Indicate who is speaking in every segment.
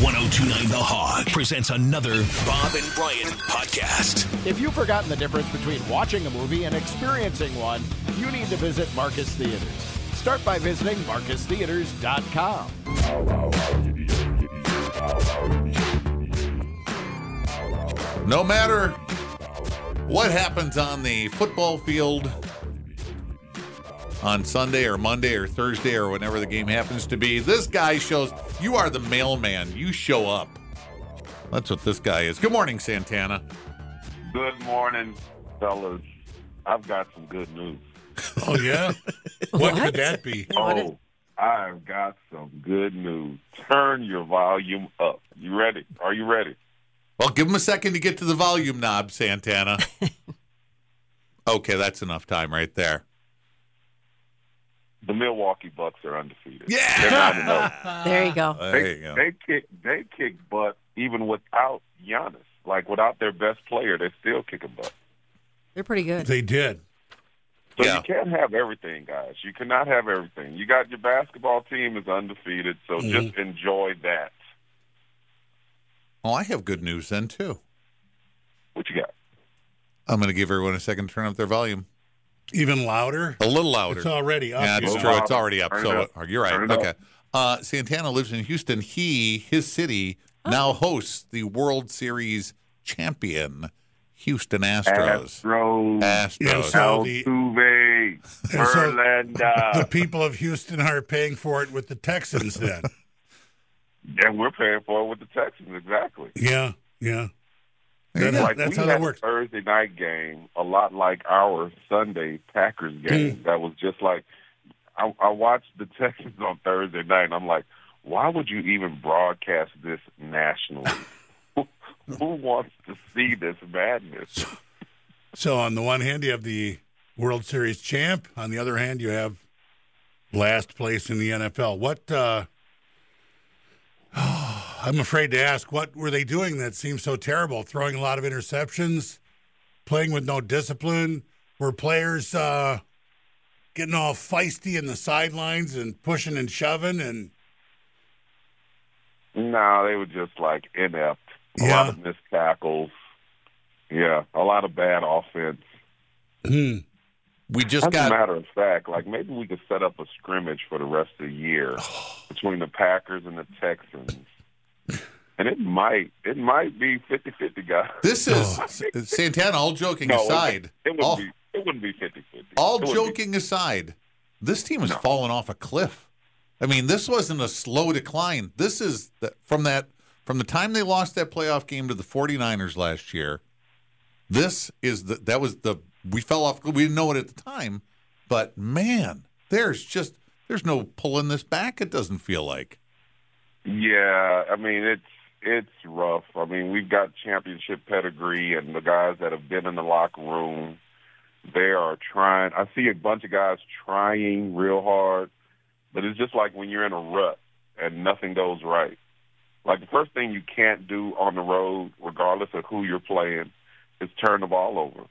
Speaker 1: 1029 The Hog presents another Bob and Brian podcast.
Speaker 2: If you've forgotten the difference between watching a movie and experiencing one, you need to visit Marcus Theaters. Start by visiting marcustheaters.com.
Speaker 3: No matter what happens on the football field on Sunday or Monday or Thursday or whenever the game happens to be, this guy shows you are the mailman. You show up. That's what this guy is. Good morning, Santana.
Speaker 4: Good morning, fellas. I've got some good news.
Speaker 5: Oh yeah. what, could that be?
Speaker 4: Oh, I've got some good news. Turn your volume up. You ready? Are you ready?
Speaker 3: Well, give him a second to get to the volume knob, Santana. okay, that's enough time right there.
Speaker 4: The Milwaukee Bucks are undefeated.
Speaker 3: Yeah!
Speaker 4: They're not enough.
Speaker 6: There you go.
Speaker 3: There
Speaker 4: They,
Speaker 3: you go.
Speaker 4: they kick they kick butt even without Giannis. Like without their best player, they're still kicking butt.
Speaker 6: They're pretty good.
Speaker 5: They did.
Speaker 4: So
Speaker 3: Yeah.
Speaker 4: you can't have everything, guys. You cannot have everything. You got your basketball team is undefeated, so
Speaker 3: Mm-hmm.
Speaker 4: just enjoy that.
Speaker 3: Well, I have good news then, too.
Speaker 4: What you got?
Speaker 3: I'm going to give everyone a second to turn up their volume.
Speaker 5: Even louder.
Speaker 3: A little louder.
Speaker 5: It's already up.
Speaker 3: Yeah,
Speaker 5: you
Speaker 3: it's
Speaker 5: know.
Speaker 3: true. It's already up.
Speaker 4: Turn it
Speaker 3: So
Speaker 4: up.
Speaker 3: uh, you're right.
Speaker 4: Turn it
Speaker 3: Okay.
Speaker 4: up.
Speaker 3: Uh, Santana lives in Houston. He, his city, now hosts the World Series champion Houston Astros.
Speaker 4: Astros.
Speaker 5: Yeah,
Speaker 3: Astros.
Speaker 5: so the,
Speaker 4: Altuve,
Speaker 5: And so- the
Speaker 4: Verlander,
Speaker 5: people of Houston are paying for it with the Texans then.
Speaker 4: and we're paying for it with the Texans exactly.
Speaker 5: yeah, yeah.
Speaker 3: There you
Speaker 5: That's-
Speaker 3: go.
Speaker 4: Like
Speaker 5: that's
Speaker 4: we
Speaker 5: how
Speaker 4: had
Speaker 5: that works.
Speaker 4: a Thursday night game, a lot like our Sunday Packers
Speaker 5: Mm.
Speaker 4: game. That was just like I, I watched the Texans on Thursday night, and I'm like, why would you even broadcast this nationally? Who who wants to see this madness?
Speaker 5: So on the one hand you have the World Series champ. On the other hand you have last place in the NFL. What uh I'm afraid to ask, what were they doing that seemed so terrible? Throwing a lot of interceptions, playing with no discipline? Were players uh getting all feisty in the sidelines and pushing and shoving and
Speaker 4: No, they were just like inept. A
Speaker 5: Yeah.
Speaker 4: lot of missed tackles. Yeah, a lot of bad offense.
Speaker 5: Hmm.
Speaker 3: We just
Speaker 4: As a
Speaker 3: got.
Speaker 4: matter of fact, like maybe we could set up a scrimmage for the rest of the year between the Packers and the Texans. And it might it might be 50-50, guys.
Speaker 3: This is Santana. All joking
Speaker 4: No, it-
Speaker 3: aside,
Speaker 4: It wouldn't
Speaker 3: all,
Speaker 4: be it wouldn't be 50-50.
Speaker 3: all
Speaker 4: It wouldn't be-
Speaker 3: joking aside, this team has
Speaker 4: No.
Speaker 3: fallen off a cliff. I mean, this wasn't a slow decline. This is the, from that from the time they lost that playoff game to the 49ers last year. This is the that was the we fell off. We didn't know it at the time, but man, there's just there's no pulling this back. It doesn't feel like.
Speaker 4: Yeah, I mean it's it's rough. I mean we've got championship pedigree, and the guys that have been in the locker room, they are trying. I see a bunch of guys trying real hard, but it's just like when you're in a rut and nothing goes right. Like the first thing you can't do on the road, regardless of who you're playing, is turn the ball over,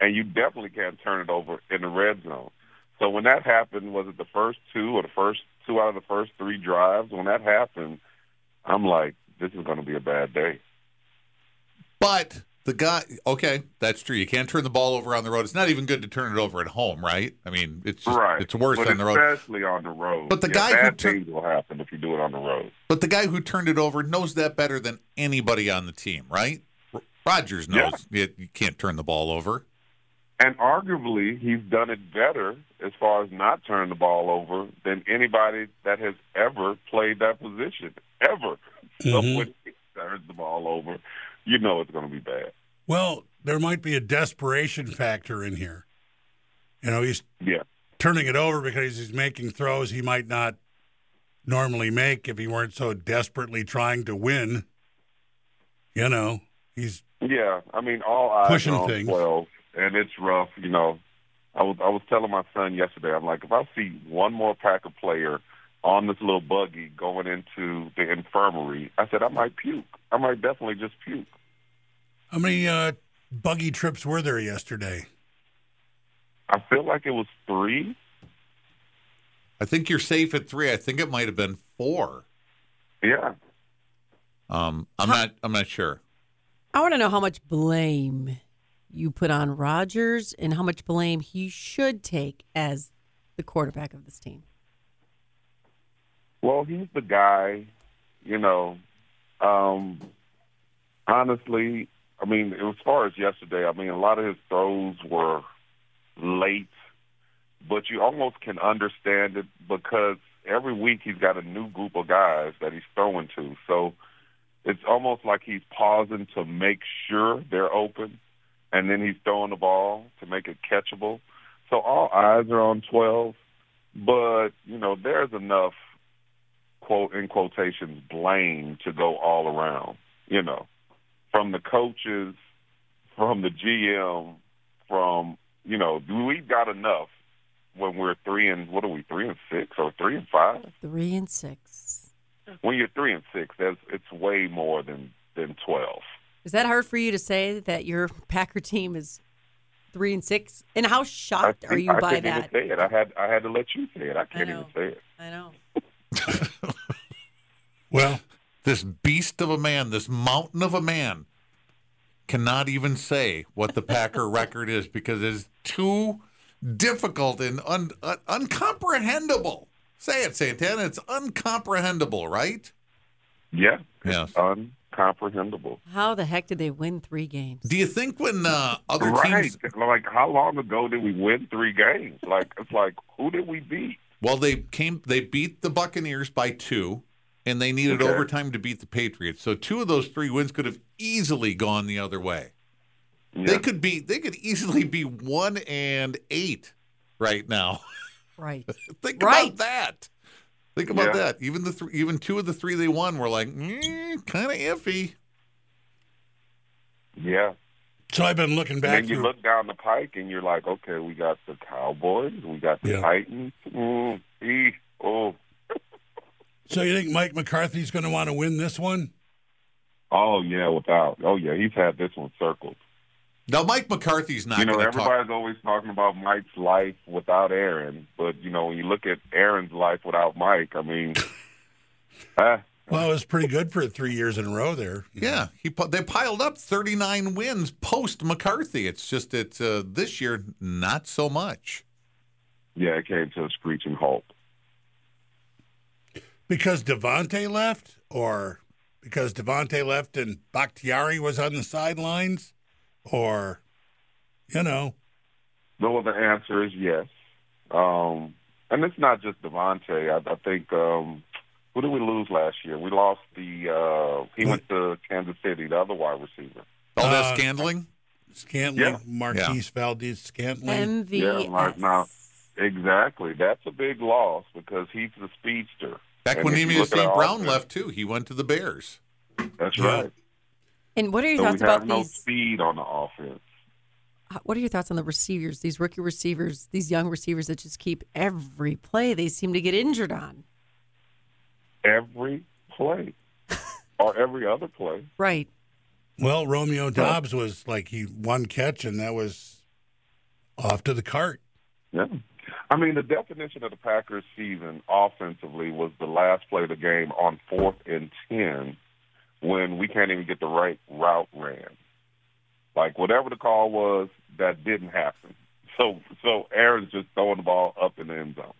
Speaker 4: and you definitely can't turn it over in the red zone. So when that happened, was it the first two or the first two out of the first three drives? When that happened, I'm like, this is going to be a bad day.
Speaker 3: But the guy, okay, that's true. You can't turn the ball over on the road. It's not even good to turn it over at home, right? I mean, it's just, it's worse
Speaker 4: but
Speaker 3: on the road.
Speaker 4: especially on the road.
Speaker 3: But the
Speaker 4: yeah,
Speaker 3: guy who
Speaker 4: bad
Speaker 3: took-
Speaker 4: things will happen if you do it on the road.
Speaker 3: But the guy who turned it over knows that better than anybody on the team, right? R- Rodgers
Speaker 4: Yeah.
Speaker 3: knows you, you can't turn the ball over.
Speaker 4: And arguably, he's done it better as far as not turning the ball over than anybody that has ever played that position ever.
Speaker 3: Mm-hmm.
Speaker 4: So
Speaker 5: Mhm.
Speaker 4: when he turns the ball over, you know it's going to be bad.
Speaker 5: Well, there might be a desperation factor in here. You know, he's
Speaker 4: Yeah.
Speaker 5: turning it over because he's making throws he might not normally make if he weren't so desperately trying to win. You know, he's
Speaker 4: Yeah, I mean, all eyes
Speaker 5: Pushing
Speaker 4: are on
Speaker 5: things.
Speaker 4: twelve, and it's rough. You know, I was I was telling my son yesterday. I'm like, if I see one more Packer player on this little buggy going into the infirmary, I said I might puke. I might definitely just puke.
Speaker 5: how many uh, buggy trips were there yesterday?
Speaker 4: I feel like it was three.
Speaker 3: I think you're safe at three. I think it might have been four.
Speaker 4: Yeah,
Speaker 3: Um, I'm not. I'm not sure.
Speaker 6: I want to know how much blame you put on Rodgers and how much blame he should take as the quarterback of this team.
Speaker 4: Well, he's the guy, you know. Um, honestly, I mean, as far as yesterday, I mean, a lot of his throws were late, but you almost can understand it because every week he's got a new group of guys that he's throwing to. So it's almost like he's pausing to make sure they're open, and then he's throwing the ball to make it catchable. So all eyes are on 12, but, you know, there's enough quote in quotations blame to go all around, you know, from the coaches, from the GM, from you know, we've got enough when we're three and what are we three and six or three and five?
Speaker 6: Three and six.
Speaker 4: When you're three and six, that's it's way more than than twelve.
Speaker 6: Is that hard for you to say that your Packer team is three and six? And how
Speaker 4: I,
Speaker 6: shocked are
Speaker 4: think-
Speaker 6: you
Speaker 4: I
Speaker 6: by
Speaker 4: can't even
Speaker 6: that?
Speaker 4: say it. I had I had to let you say it. I
Speaker 6: I
Speaker 4: can't even
Speaker 6: know.
Speaker 4: say it.
Speaker 6: I know.
Speaker 5: Well,
Speaker 3: This beast of a man, this mountain of a man, cannot even say what the Packer record is because it's too difficult and un, un, uncomprehendable. Say it, Santana. It's uncomprehendable, right?
Speaker 4: Yeah,
Speaker 3: Yes.
Speaker 4: uncomprehendable.
Speaker 6: How the heck did they win three games?
Speaker 3: Do you think when uh, other
Speaker 4: Right?
Speaker 3: teams,
Speaker 4: Like how long ago did we win three games? Like it's like who did we beat?
Speaker 3: well, they came, they beat the Buccaneers by two, and they needed
Speaker 4: Okay.
Speaker 3: overtime to beat the Patriots. So two of those three wins could have easily gone the other way.
Speaker 4: Yeah.
Speaker 3: They could be. They could easily be one and eight right now.
Speaker 6: Right.
Speaker 3: Think
Speaker 6: Right.
Speaker 3: about that. Think about
Speaker 4: Yeah.
Speaker 3: that. Even the th- even two of the three they won were like mm, kind of iffy.
Speaker 4: yeah.
Speaker 5: so I've been looking back.
Speaker 4: then you
Speaker 5: through-
Speaker 4: look down the pike and you're like, okay, we got the Cowboys, we got the
Speaker 5: Yeah.
Speaker 4: Titans. Mm, ee, oh,
Speaker 5: so you think Mike McCarthy's going to want to win this one?
Speaker 4: oh yeah, without. Oh yeah, he's had this one circled.
Speaker 3: Now Mike McCarthy's not
Speaker 4: you know,
Speaker 3: going to talk.
Speaker 4: everybody's always talking about Mike's life without Aaron, but you know, when you look at Aaron's life without Mike, I mean, ah,
Speaker 5: Well, it was pretty good for three years in a row there.
Speaker 3: Yeah, he pi- they piled up 39 wins post McCarthy. It's just it's uh, this year not so much.
Speaker 4: yeah, it came to a screeching halt.
Speaker 5: Because Devontae left, or because Devontae left and Bakhtiari was on the sidelines, or, you know,
Speaker 4: No, the answer is yes. Um, and it's not just Devontae. I, I think um, who did we lose last year? We lost the uh, he went to Kansas City, the other wide receiver.
Speaker 3: All
Speaker 5: Uh,
Speaker 3: that scandaling.
Speaker 5: Scantling,
Speaker 4: Yeah.
Speaker 5: Marquise Valdez Scantling.
Speaker 6: MVS.
Speaker 4: right now. Exactly. That's a big loss because he's the speedster.
Speaker 3: Back
Speaker 4: And
Speaker 3: when
Speaker 4: if you
Speaker 3: Emmius
Speaker 4: look at
Speaker 3: St.
Speaker 4: our
Speaker 3: Brown
Speaker 4: offense-
Speaker 3: left too, he went to the Bears.
Speaker 4: That's
Speaker 5: Yeah.
Speaker 4: right.
Speaker 6: And what are your
Speaker 4: So we
Speaker 6: thoughts
Speaker 4: have
Speaker 6: about
Speaker 4: no
Speaker 6: these?
Speaker 4: speed on the offense.
Speaker 6: What are your thoughts on the receivers? These rookie receivers, these young receivers that just keep every play they seem to get injured on.
Speaker 4: Every play or every other play.
Speaker 6: Right.
Speaker 5: Well, Romeo Dobbs was like he one catch, and that was off to the cart.
Speaker 4: Yeah. I mean, the definition of the Packers' season offensively was the last play of the game on fourth and 10 when we can't even get the right route ran. Like, whatever the call was, that didn't happen. So, so Aaron's just throwing the ball up in the end zone.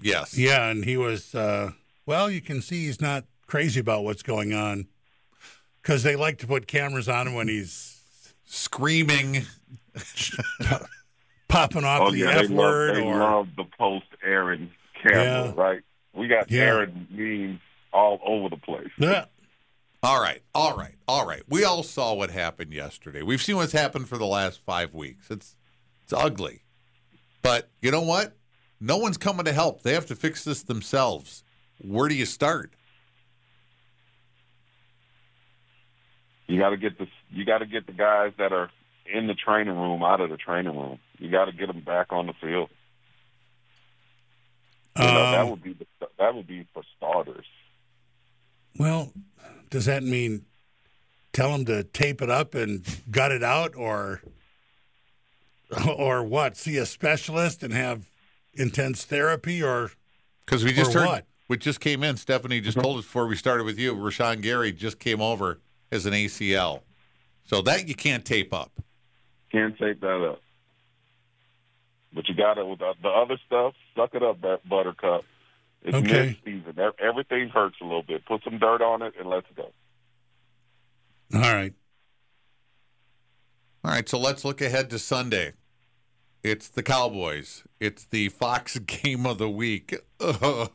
Speaker 3: Yes.
Speaker 5: Yeah, and he was. Uh, well, you can see he's not crazy about what's going on because they like to put cameras on him when he's
Speaker 3: Screaming.
Speaker 5: popping off the
Speaker 4: Oh, they
Speaker 5: F word
Speaker 4: love, they
Speaker 5: or
Speaker 4: love the post Aaron Campbell,
Speaker 5: Yeah.
Speaker 4: right? We got
Speaker 5: Yeah.
Speaker 4: Aaron memes all over the place.
Speaker 5: Yeah.
Speaker 3: All right, all right, all right. We all saw what happened yesterday. We've seen what's happened for the last five weeks. It's it's ugly, but you know what? No one's coming to help. They have to fix this themselves. Where do you start?
Speaker 4: You got to get the you got to get the guys that are in the training room out of the training room. You got to get them back on the field. You know, that
Speaker 5: Um,
Speaker 4: would be the, that would be for starters.
Speaker 5: well, does that mean tell him to tape it up and gut it out, or or what? See a specialist and have intense therapy, or
Speaker 3: Because we
Speaker 5: or
Speaker 3: just heard
Speaker 5: what? Mm-hmm.
Speaker 3: which just came in. Stephanie just told us before we started with you, Rashawn Gary just came over as an ACL. So that you can't tape up.
Speaker 4: Can't take that up. But you got to with the, the other stuff. Suck it up, Bu- Buttercup. It's
Speaker 5: Okay.
Speaker 4: mid-season. Ev- Everything hurts a little bit. Put some dirt on it and let's go.
Speaker 5: All right.
Speaker 3: All right, so let's look ahead to Sunday. It's the Cowboys. It's the Fox game of the week. Ugh.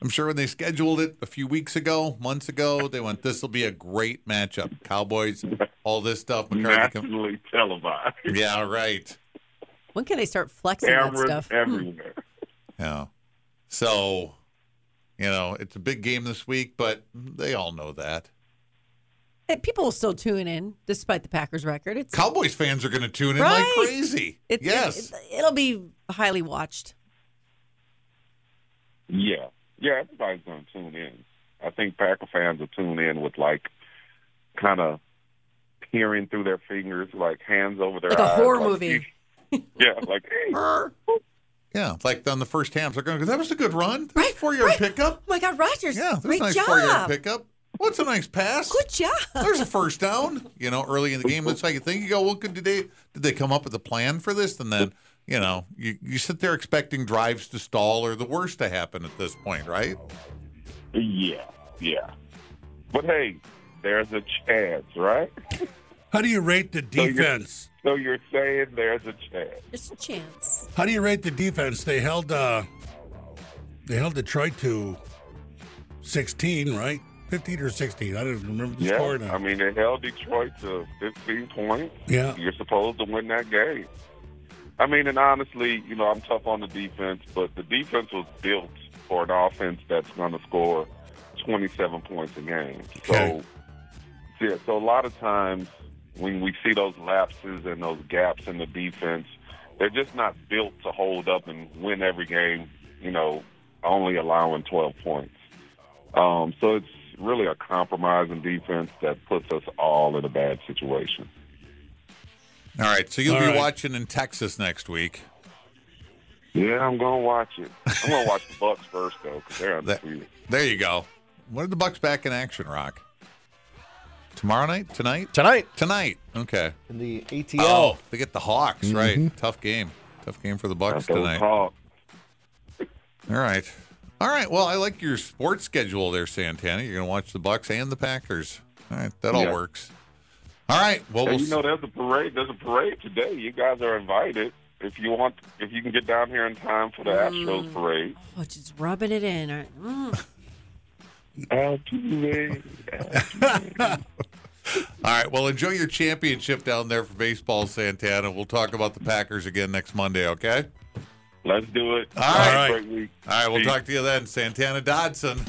Speaker 3: I'm sure when they scheduled it a few weeks ago, months ago, they went, this will be a great matchup. Cowboys, all this stuff. McCarthy. com-
Speaker 4: Nationally televised.
Speaker 3: yeah, right.
Speaker 6: When can I start flexing that
Speaker 4: Cameras
Speaker 6: stuff? Hmm.
Speaker 4: everywhere.
Speaker 3: Yeah. So, you know, it's a big game this week, but they all know that.
Speaker 6: Eh, People will still tune in despite the Packers record. It's
Speaker 3: Cowboys fans are going to tune in
Speaker 6: Right.
Speaker 3: like crazy.
Speaker 6: it's
Speaker 3: yes.
Speaker 6: it, will be highly watched.
Speaker 4: Yeah. Yeah, everybody's going to tune in. I think Packer fans will tune in with, like, kind of peering through their fingers, like hands over their
Speaker 6: Like a
Speaker 4: eyes.
Speaker 6: horror movie.
Speaker 4: Yeah, like, hey,
Speaker 3: yeah. Like on the first half, they're going to go, that was a good run. That was a
Speaker 6: Right,
Speaker 3: Four yard
Speaker 6: right.
Speaker 3: pickup.
Speaker 6: Oh my God, Rogers!
Speaker 3: Yeah. There's
Speaker 6: great
Speaker 3: a nice
Speaker 6: job.
Speaker 3: four yard pickup. What's a nice pass?
Speaker 6: Good job.
Speaker 3: There's a first down, you know, early in the game. That's how you think you go, well, could did they did they come up with a plan for this? And then, you know, you, you sit there expecting drives to stall or the worst to happen at this point, right?
Speaker 4: yeah, yeah. But hey, there's a chance, right?
Speaker 5: How do you rate the
Speaker 4: you're-
Speaker 5: defense?
Speaker 4: So you're saying there's a chance.
Speaker 6: Just a chance.
Speaker 5: How do you rate the defense? They held uh they held Detroit to 16, right? 15 or 16. I don't even remember the
Speaker 4: Yeah,
Speaker 5: score now.
Speaker 4: I mean they held Detroit to 15 points.
Speaker 5: Yeah.
Speaker 4: You're supposed to win that game. I mean, and honestly, you know, I'm tough on the defense, but the defense was built for an offense that's going to score 27 points a game.
Speaker 5: Okay.
Speaker 4: So, yeah, so a lot of times when we see those lapses and those gaps in the defense, they're just not built to hold up and win every game, you know, only allowing 12 points. Um, so it's really a compromising defense that puts us all in a bad situation.
Speaker 3: All right. So you'll
Speaker 5: All
Speaker 3: be
Speaker 5: right.
Speaker 3: watching in Texas next week.
Speaker 4: Yeah, I'm gonna watch it. I'm gonna watch the Bucks first though, because they're
Speaker 3: That-
Speaker 4: undefeated.
Speaker 3: There you go. When are the Bucks back in action, Rock? Tomorrow night? Tonight?
Speaker 2: Tonight,
Speaker 3: Tonight. Okay.
Speaker 7: in the ATL.
Speaker 3: Oh, they get the Hawks, right? Tough game. Tough game for the Bucks
Speaker 4: Not those
Speaker 3: tonight.
Speaker 4: Hawks.
Speaker 3: All right. All right. Well, I like your sports schedule there, Santana. You're going to watch the Bucks and the Packers. All right, that all
Speaker 4: Yeah.
Speaker 3: works. All right. Well,
Speaker 4: And
Speaker 3: we'll
Speaker 4: you know, there's a parade. There's a parade today. You guys are invited. If you want, if you can get down here in time for the Astros parade.
Speaker 6: Oh, just rubbing it in. All right. Mm.
Speaker 3: all right. Well, enjoy your championship down there for baseball, Santana. We'll talk about the Packers again next Monday. Okay.
Speaker 4: Let's do it.
Speaker 3: All right.
Speaker 4: Great week.
Speaker 3: All right. We'll
Speaker 4: Peace.
Speaker 3: talk to you then, Santana Dodson.